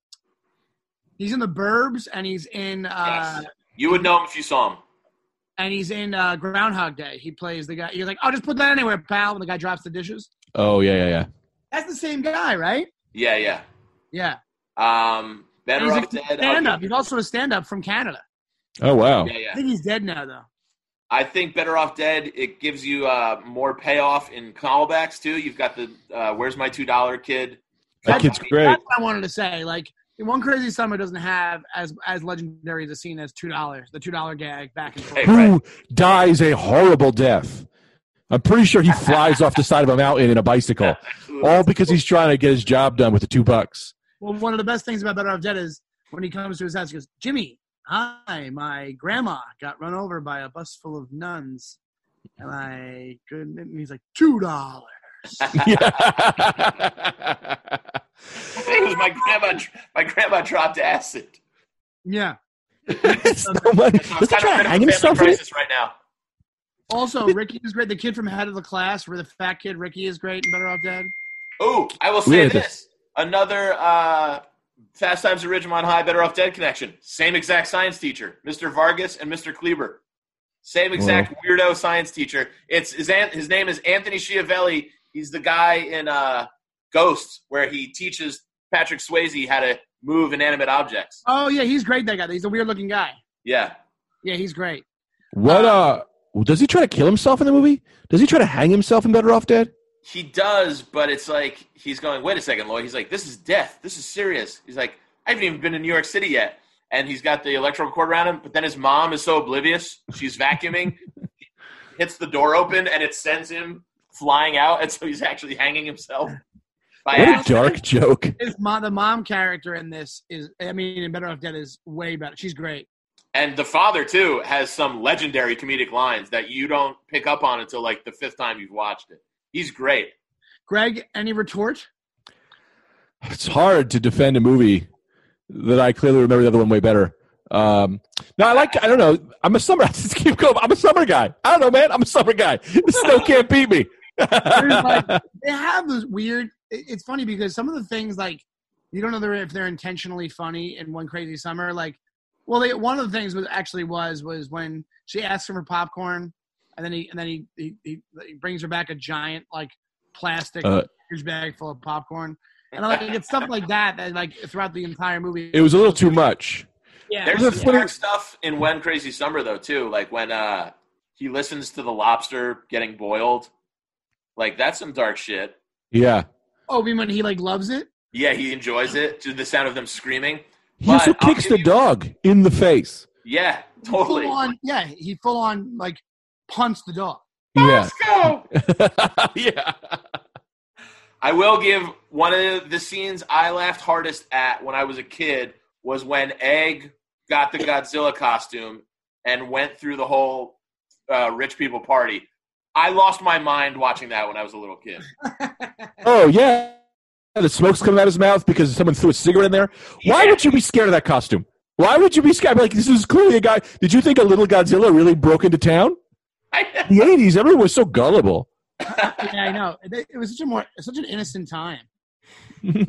He's in the Burbs, and he's in. uh
Yes. You would know him if you saw him.
And he's in uh, Groundhog Day. He plays the guy. You're like, oh, just put that anywhere, pal. When the guy drops the dishes,
Oh yeah, yeah, yeah.
that's the same guy, right?
Yeah, yeah.
Yeah.
Um, Better
he's
Off Dead. I'll
stand up.
give
He's
you-
also a stand up from Canada.
Oh wow.
Yeah,
I
yeah.
think he's dead now, though.
I think Better Off Dead. It gives you uh, more payoff in callbacks too. You've got the uh, Where's My Two Dollar Kid.
That kid's great.
That's what I wanted to say. Like One Crazy Summer doesn't have as as legendary as a scene as two dollars, the two dollar gag back and forth.
Hey,
Who dies a horrible death? I'm pretty sure he flies off the side of a mountain in a bicycle, all because he's trying to get his job done with the two bucks.
Well, one of the best things about Better Off Dead is when he comes to his house, he goes, "Jimmy, hi, my grandma got run over by a bus full of nuns, and I couldn't." And he's like, 2 dollars."
it
Oh.
was my grandma. My grandma dropped acid.
Yeah.
It's no money.
So I'm
Does he
kind of
try
in a
to hang
family
himself in it?
crisis right now.
Also, Ricky is great. The kid from Head of the Class, where the fat kid Ricky is great and Better Off Dead.
Oh, I will
We
say
had
this.
this-
Another uh, Fast Times at Ridgemont High, Better Off Dead connection. Same exact science teacher, Mr. Vargas and Mr. Kleber. Same exact weirdo science teacher. It's his, an- his name is Anthony Schiavelli. He's the guy in uh, Ghosts where he teaches Patrick Swayze how to move inanimate objects.
Oh yeah, he's great. That guy. He's a weird looking guy.
Yeah.
Yeah, he's great.
What uh? Does he try to kill himself in the movie? Does he try to hang himself in Better Off Dead?
he does, but it's like he's going, wait a second, Lloyd. He's like, this is death. This is serious. He's like, I haven't even been to New York City yet. And he's got the electrical cord around him, but then his mom is so oblivious. She's vacuuming, He hits the door open, and it sends him flying out. And so he's actually hanging himself by
What a
accident.
dark joke.
His mom, the mom character in this is, I mean, in Better Off Dead is way better. She's great.
And the father, too, has some legendary comedic lines that you don't pick up on until like the fifth time you've watched it. He's great.
Greg, any retort?
it's hard to defend a movie that I clearly remember the other one way better. Um, no, I like. I don't know. I'm a summer. I just keep going. I'm a summer guy. I don't know, man. I'm a summer guy. The snow can't beat me.
There's, like, they have those weird. it- It's funny because some of the things like you don't know they're, if they're intentionally funny in One Crazy Summer. Like, well, they, one of the things was actually was was when she asks him for popcorn, and then he and then he he, he, he brings her back a giant like plastic
Uh.
huge bag full of popcorn, and like it's stuff like that that like throughout the entire movie.
it was a little too much.
yeah,
There's
There's a
some
funny-
dark stuff in When Crazy Summer though too, like when uh he listens to the lobster getting boiled. Like that's some dark shit.
Yeah,
oh, I mean, when he like loves it.
Yeah, he enjoys it to the sound of them screaming.
he
But
also
I'll
kicks
give
the
you-
dog in the face.
Yeah,
he full
totally.
on, yeah, he full on like punts the dog.
Yeah,
go.
yeah.
I will give one of the scenes I laughed hardest at when I was a kid was when Egg got the Godzilla costume and went through the whole uh, rich people party. I lost my mind watching that when I was a little kid.
Oh yeah. The smoke's coming out of his mouth because someone threw a cigarette in there. Why would you be scared of that costume? Why would you be scared? Like this is clearly a guy. Did you think a little Godzilla really broke into town?
I-
The '80s, everyone was so gullible.
Yeah, I know. It, it was such a more such an innocent time.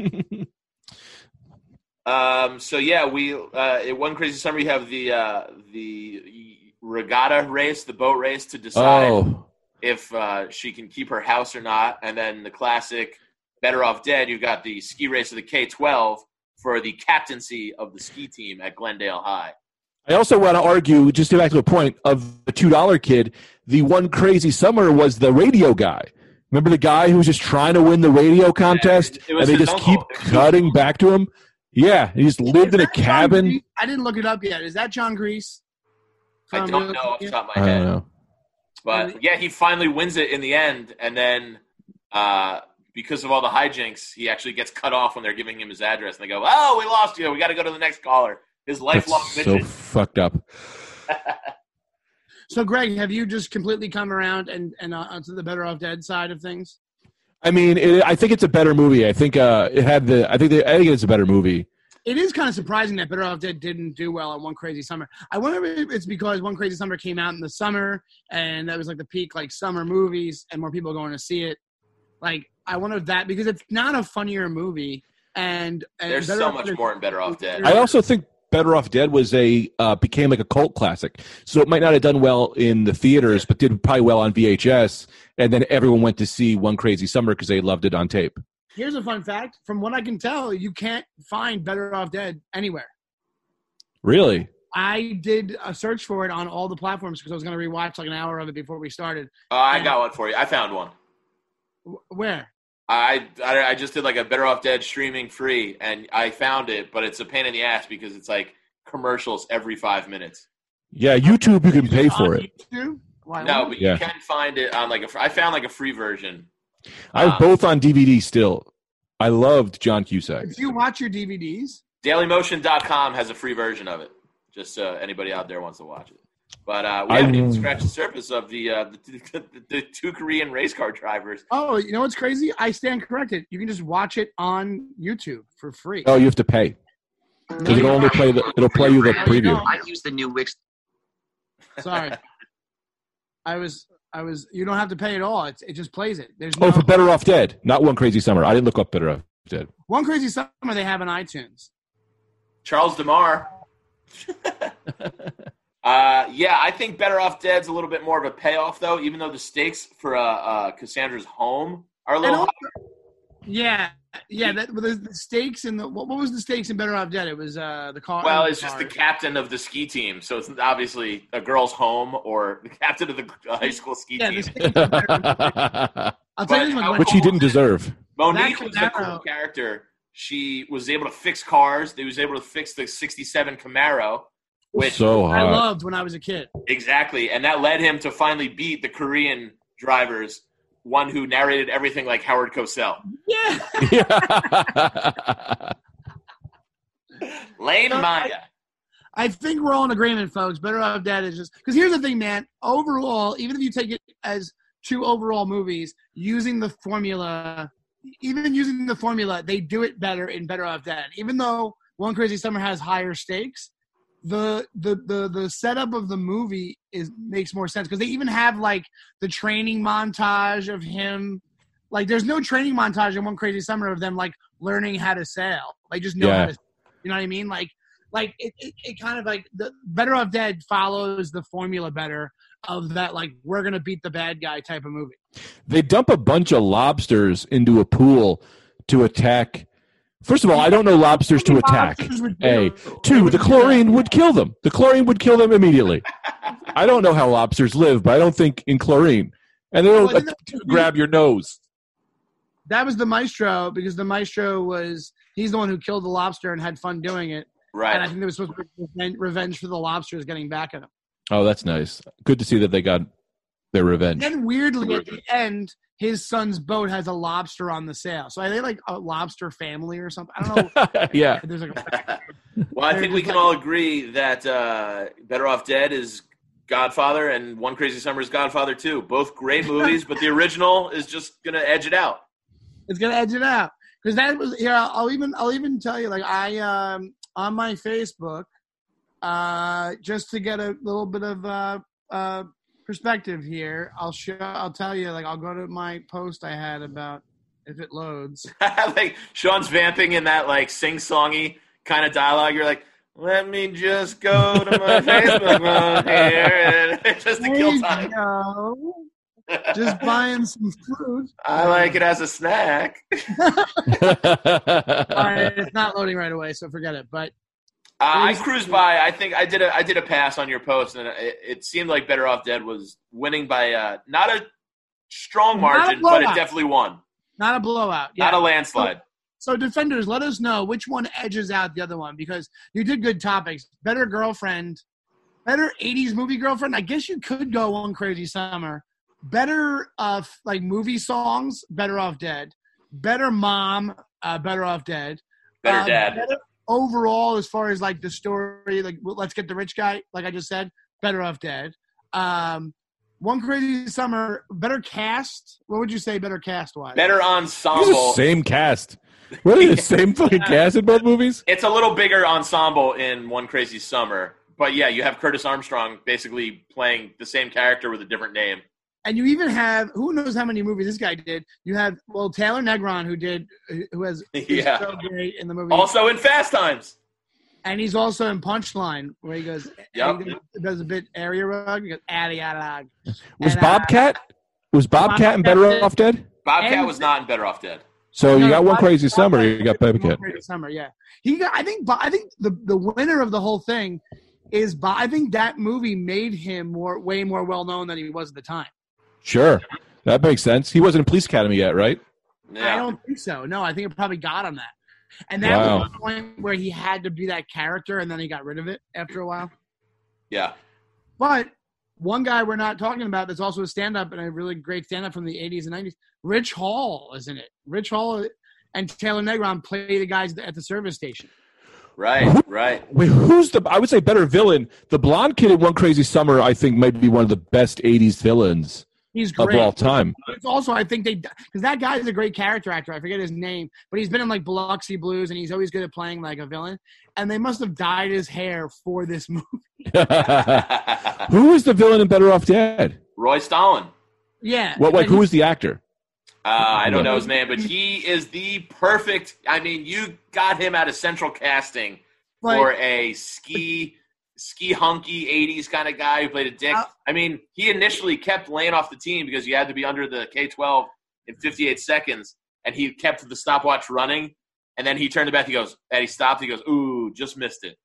Um, so yeah, we uh, in one crazy summer you have the uh, the regatta race, the boat race to decide
Oh,
if uh, she can keep her house or not, and then the classic Better Off Dead. You've got the ski race of the K twelve for the captaincy of the ski team at Glendale High.
I also want to argue, just to back to a point of the two dollar kid. The one crazy summer was the radio guy. Remember the guy who was just trying to win the radio contest,
it was
and they
his
just
uncle. It
keep
was his
cutting back to him. Yeah, he just lived in a
Is that John
cabin.
Grease? I didn't look it up yet. Is that John Grease?
I
From
don't
the-
know off the top of
I
my
don't
head,
know.
but yeah, he finally wins it in the end, and then. Uh, because of all the hijinks, he actually gets cut off when they're giving him his address, and they go, "Oh, we lost you. We got to go to the next caller." His lifelong
That's so
mission.
fucked up.
So, Greg, have you just completely come around and and uh, onto the Better Off Dead side of things?
I mean, it, I think it's a better movie. I think uh, it had the. I think they, I think it's a better movie.
It is kind of surprising that Better Off Dead didn't do well on One Crazy Summer. I wonder if it's because One Crazy Summer came out in the summer, and that was like the peak like summer movies, and more people are going to see it. Like, I wonder if that because it's not a funnier movie, and, and
There's
Better
so
Off
much
Dead-
more and Better Off Dead.
I also think Better Off Dead was a uh, became like a cult classic. So it might not have done well in the theaters, but did probably well on VHS. And then everyone went to see One Crazy Summer because they loved it on tape.
Here's a fun fact: from what I can tell, you can't find Better Off Dead anywhere.
Really?
I did a search for it on all the platforms because I was going to rewatch like an hour of it before we started.
Oh, I got one for you. I found one.
W- Where?
I, I I just did like a Better Off Dead streaming free, and I found it, but it's a pain in the ass because it's like commercials every five minutes.
Yeah, YouTube. You can pay for
On
it.
YouTube? Why
No,
not?
but
Yeah.
you can find it on like a. fr- I found like a free version.
I have both on DVD still. I loved John Cusack.
If you watch your DVDs,
Dailymotion.com has a free version of it. Just so anybody out there wants to watch it. But uh, we
I-
haven't even scratched the surface of the, uh, the, the, two Korean race car drivers.
oh, you know what's crazy? I stand corrected. You can just watch it on YouTube for free.
Oh, you have to pay because it'll only play the, it'll play you the preview.
I use the new Wix.
Sorry, I was, I was. You don't have to pay at all. It's, it just plays it. There's no
Oh, for Better Off Dead, not One Crazy Summer. I didn't look up Better Off Dead.
one crazy summer they have on iTunes.
Charles DeMar. uh, yeah, I think Better Off Dead's a little bit more of a payoff, though, even though the stakes for uh, uh, Cassandra's home are a
And
little
also, Yeah, yeah. That the, the stakes in the what, what was the stakes in Better Off Dead? It was uh the car.
Well, it's just the
cars.
captain of the ski team, so it's obviously a girl's home or the captain of the high school ski
Yeah, the
team.
stakes in Better Off Dead. I'll tell you this
But
one.
how-
which he didn't deserve.
Monique
That
was a cool
Camaro-
character. She was able to fix cars. They was able to fix the '67 Camaro, which
so
I
hot.
loved when I was a kid.
exactly, and that led him to finally beat the Korean drivers, one who narrated everything like Howard Cosell.
Yeah.
Lane Maya.
I think we're all in agreement, folks. Better Off Dead is just because here's the thing, man. Overall, even if you take it as two overall movies, using the formula, even using the formula, they do it better in Better Off Dead. Even though One Crazy Summer has higher stakes, the the the the setup of the movie is makes more sense because they even have like the training montage of him. Like, there's no training montage in One Crazy Summer of them like learning how to sail. They just know how
Yeah.
to. You know what I mean? Like like it, it, it kind of like the Better Off Dead follows the formula better of that like we're gonna beat the bad guy type of movie.
they dump a bunch of lobsters into a pool to attack. First of all, I don't know lobsters to attack.
Lobsters would do-
A.
they
Two,
would
the
do
chlorine
that.
would kill them. The chlorine would kill them immediately. I don't know how lobsters live, but I don't think in chlorine. And they
Well,
don't
I think
uh, grab your nose.
That was the maestro because the maestro was he's the one who killed the lobster and had fun doing it. And I
Right.
think there was supposed to be reven- revenge for the lobsters getting back at him.
Oh, that's nice. Good to see that they got their revenge.
Then weirdly at the end, his son's boat has a lobster on the sail. So are they like a lobster family or something? I don't know.
yeah.
There's like a
well, I
They're
think we
just
can
like-
all agree that uh, Better Off Dead is Godfather and One Crazy Summer is Godfather 2. Both great movies, but the original is just going to edge it out.
It's gonna edge it out because that was here. I'll, I'll even I'll even tell you like I um on my Facebook, uh, just to get a little bit of uh, uh perspective here. I'll show I'll tell you like I'll go to my post I had about if it loads.
like Sean's vamping in that like sing-songy kind of dialogue. You're like, let me just go to my Facebook phone here and just to
There
kill
you
time.
go. Just buying some fruit.
I like it as a snack. Uh,
All right, it's not loading right away, so forget it. But
Uh, I
There's-
cruised by. I think I did a I did a pass on your post, and it, it seemed like Better Off Dead was winning by uh, not a strong
Not a
margin, but it
blowout.
definitely won.
not a blowout.
Not a landslide.
So defenders, let us know which one edges out the other one because you did good topics. Better girlfriend, better '80s movie girlfriend. I guess you could go on Crazy Summer. Better uh, f- like movie songs. Better off dead. Better mom. Uh, better off dead.
Better
Uh,
dad.
better overall, as far as like the story, like well, let's get the rich guy. Like I just said, better off dead. Um, one crazy summer. Better cast. What would you say? Better cast wise.
Better
These are
ensemble.
same cast. What are the same fucking cast in both movies?
It's a little bigger ensemble in One Crazy Summer, but yeah, you have Curtis Armstrong basically playing the same character with a different name.
and you even have who knows how many movies this guy did. You have well Taylor Negron who did who has who's
Yeah.
so great in the movie,
Also in Fast Times.
and he's also in Punchline where he goes
Yep.
he does a bit area rug, he goes addy addy, addy.
Was
And, uh,
Bobcat? Was Bobcat and Better
Bobcat-
Off Dead?
Bobcat
And-
was not in Better Off Dead.
So you
No,
got one
Bob-
crazy
Bob-
summer, you got Bobcat.
Crazy Summer, yeah. He got. I think. Bo- I think the the winner of the whole thing is. Bo- I think that movie made him more way more well known than he was at the time.
Sure, that makes sense. He wasn't in police academy yet, right?
I
Yeah.
don't think so. No, I think it probably got on that. And that
Wow.
was the point where he had to be that character, and then he got rid of it after a while.
Yeah.
But one guy we're not talking about that's also a stand up and a really great stand up from the 80s and 90s, Rich Hall, isn't it? Rich Hall and Taylor Negron play the guys at the service station.
Right. Right.
Wait, who's the? I would say better villain. The blonde kid in One Crazy Summer, I think, might be one of the best '80s villains
He's
of
great.
all time.
It's also, I think they, because that guy is a great character actor. I forget his name, but he's been in like Biloxi Blues and he's always good at playing like a villain. And they must have dyed his hair for this movie.
who is the villain in Better Off Dead?
Roy Stalin.
Yeah.
What? Like,
And he-
who is the actor?
Uh, I don't know his name, but he is the perfect. I mean, you got him out of central casting
like-
for a ski, ski hunky '80s kind of guy who played a dick.
Uh,
I mean, he initially kept Lane off the team because you had to be under the K-12 in 58 seconds, and he kept the stopwatch running, and then he turned it back. He goes, and he stopped. He goes, ooh, just missed it.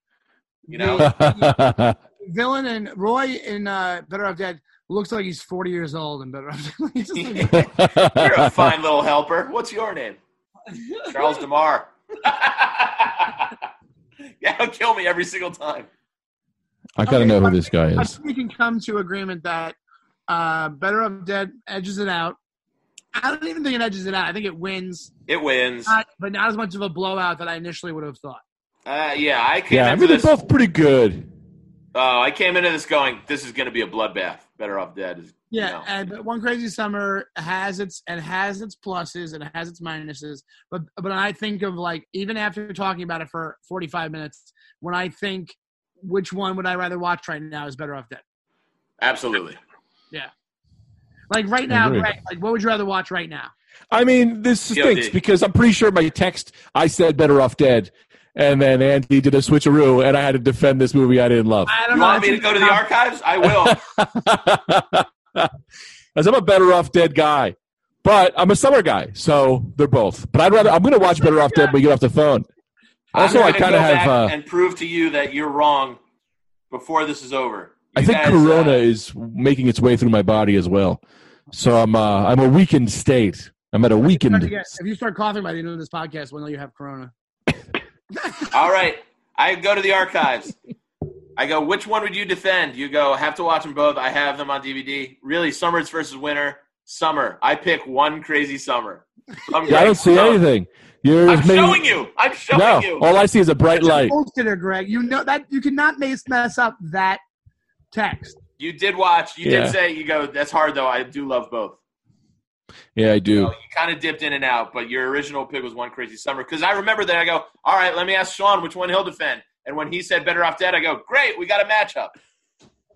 You know,
Villain and Roy in uh, Better Off Dead looks like he's 40 years old and Better Off Dead. He's just like-
you're a fine little helper. What's your name? Charles Demar. yeah, he'll kill me every single time.
I gotta
Okay,
know who
but-
this guy
I
is.
think we can come to agreement that uh, Better Off Dead edges it out. I don't even think it edges it out. I think it wins,
It wins.
not, but not as much of a blowout that I initially would have thought.
Uh, yeah, I came
Yeah, I
into
mean they're
this.
both pretty good.
oh, I came into this going, this is going to be a bloodbath. Better off dead. is-
Yeah,
No.
and but One Crazy Summer has its and has its pluses and has its minuses. But but I think of like even after talking about it for 45 minutes, when I think which one would I rather watch right now is Better Off Dead.
Absolutely.
Like right now,
Agreed.
Greg, like what would you rather watch right now?
I mean, this
Yeah,
stinks
dude.
because I'm pretty sure my text I said better off dead, and then Andy did a switcheroo, and I had to defend this movie I didn't love.
I
You want me to go to the archives? I will.
As I'm a better off dead guy, but I'm a summer guy, so they're both. But I'd rather I'm going to watch Better Off Dead when we get off the phone. Also,
I'm
I
gonna
kind of
go
have.
back
Uh,
and prove to you that you're wrong before this is over.
I
You
think
guys,
Corona
uh,
is making its way through my body as well, so I'm uh, I'm a weakened state. I'm at a
Don't
weakened.
forget, If you start coughing by the end of this podcast, we'll know you have corona.
all right. I go to the archives. I go, which one would you defend? You go, have to watch them both. I have them on DVD. Really, Summers versus Winter. Summer. I pick one crazy summer. I'm
Yeah, I don't
like,
see
no.
anything. You're
I'm
just making-
showing you. I'm showing
no,
you.
all I see is a bright light.
Posted it, Greg. You know that you cannot mess mess up that text.
You did watch. You
Yeah.
did say you go. That's hard though. I do love both.
Yeah, I do.
So you kind of dipped in and out, but your original pick was one crazy summer because I remember that. I go, all right, let me ask Sean which one he'll defend. And when he said better off dead, I go, great, we got a matchup.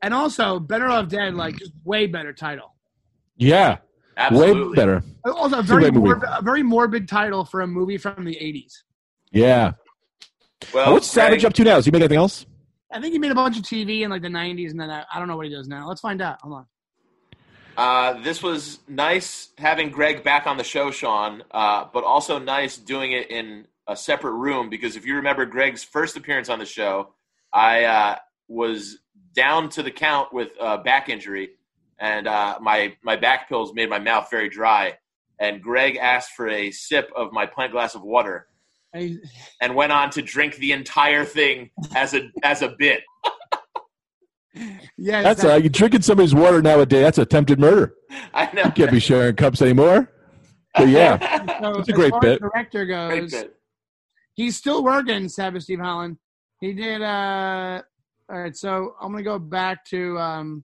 And also, Better Off Dead, like just way better title.
Yeah,
Absolutely.
way better.
Also, a
It's a
very
great movie.
morbid, a very morbid title for a movie from the '80s.
Yeah.
Well,
What's Savage up to now? Is he make anything else?
I think he made a bunch of TV in like the '90s, and then I, I don't know what he does now. Let's find out. Hold on.
Uh, this was nice having Greg back on the show, Sean, uh, but also nice doing it in a separate room because if you remember Greg's first appearance on the show, I uh, was down to the count with uh, back injury, and uh, my my back pills made my mouth very dry. And Greg asked for a sip of my pint glass of water
I,
and went on to drink the entire thing as a as a bit.
yes,
That's
that-
uh, you drinking somebody's water nowadays. That's attempted murder.
I know.
You can't be sharing cups anymore. But yeah,
so
it's a
as
great
far as
bit.
Director
Great
goes.
bit.
He's still working, Savage Steve Holland. He did. uh All right, so I'm gonna go back to. um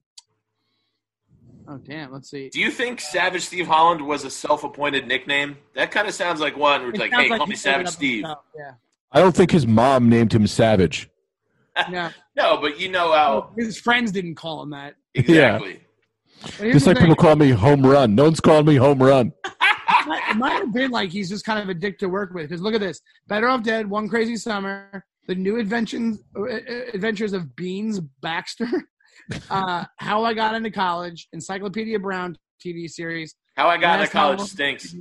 Oh damn! Let's see.
Do you think Savage Steve Holland was a self-appointed nickname? That kind of sounds like one where it's
It
like,
sounds
"Hey, call
he
me
made it
Savage
up
Steve."
himself. Yeah.
I don't think his mom named him Savage.
No.
No, but you know how
His friends didn't call him that.
exactly.
But here's
Just
the
like people
thing.
call me Home Run. No one's calling me Home Run.
It might- it might have been like he's just kind of a dick to work with. Because look at this: Better Off Dead, One Crazy Summer, The New Adventures uh, Adventures of Beans Baxter, uh, How I Got Into College, Encyclopedia Brown TV series,
How I got
Last
into college
album.
stinks.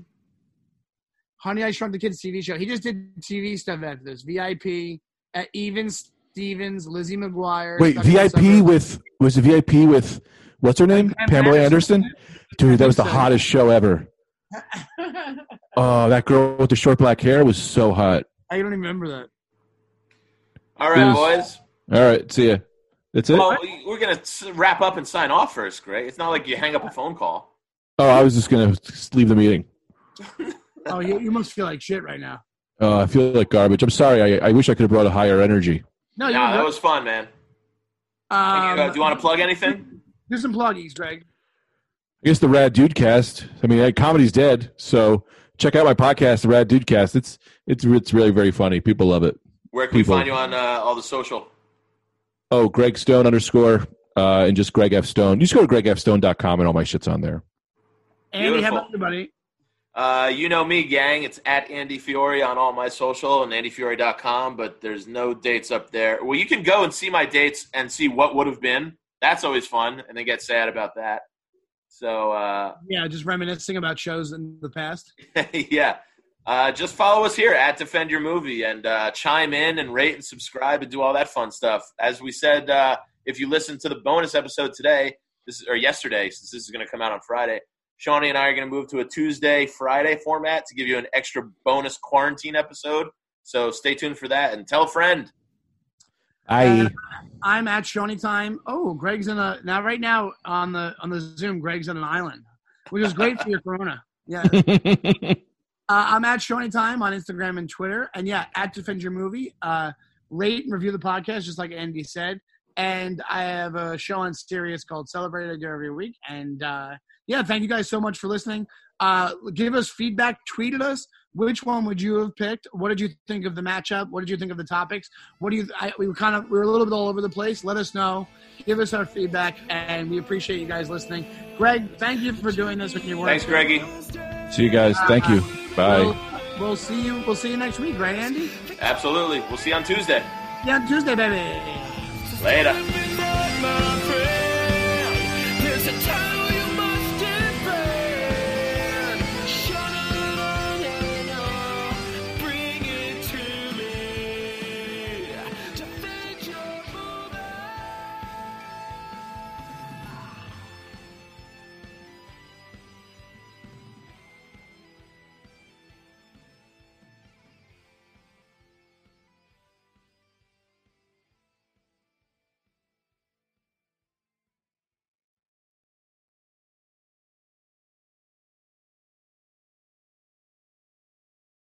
Honey I Shrunk the Kids TV show. He just did TV stuff after this: VIP, uh, Even Stevens, Lizzie McGuire.
Wait,
Stuck in the
VIP
Suburbs.
with was it VIP with what's her name?
Pam
Pamela
Anderson.
Anderson. Dude, that was the
Anderson.
hottest show ever. Oh, that girl with the short black hair was so hot.
I don't even remember that.
All right,
Oof.
boys.
All right, see ya. That's it.
Well, we- we're gonna s- wrap up and sign off first, Greg. It's not like you hang up a phone call.
Oh, I was just gonna s- leave the meeting.
Oh, you, you must feel like shit right now.
Oh, I feel like garbage. I'm sorry. I, I wish I could have brought a higher energy.
No, Um,
Nah,
you're
that was fun, man. Thank you. Uh, do you want to plug anything?
do some pluggies, Greg?
I guess the Rad Dude Cast. I mean, that comedy's dead. So check out my podcast, the Rad Dude Cast. It's it's it's really very funny. People love it.
Where can we
people.
find you on uh, all the social?
Oh, Greg Stone underscore uh, and just Greg F Stone. You just go to gregfstone.com and all my shit's on there.
Andy, how
Beautiful.
about you, buddy?
Uh, you know me, gang. It's at Andy Fiore on all my social and andyfiore.com, but there's no dates up there. Well, you can go and see my dates and see what would have been. That's always fun, and then get sad about that. So uh,
Yeah, just reminiscing about shows in the past.
yeah. Uh, just follow us here at Defend Your Movie and uh, chime in and rate and subscribe and do all that fun stuff. As we said, uh, if you listen to the bonus episode today, this or yesterday, since this is going to come out on Friday, Shawnee and I are going to move to a Tuesday Friday format to give you an extra bonus quarantine episode. So stay tuned for that and tell a friend.
I
I'm at Shoney time. Oh, Greg's in a now right now on the on the Zoom. Greg's on an island, which is great for your Corona. Yeah, uh, I'm at Shoney time on Instagram and Twitter, and yeah, at Defend Your Movie. Uh, rate and review the podcast, just like Andy said. And I have a show on Sirius called Celebrate I do every week. And uh, yeah, thank you guys so much for listening. Uh, give us feedback. Tweet at us. Which one would you have picked? What did you think of the matchup? What did you think of the topics? what do you I, we were kind of we were a little bit all over the place let us know give us our feedback and we appreciate you guys listening greg thank you for doing this with your work
Thanks, Greggy.
see you guys. Thank you. Bye.
we'll, we'll see you we'll see you next week right andy
Absolutely. We'll see you on Tuesday.
yeah tuesday baby
Later.
Living on my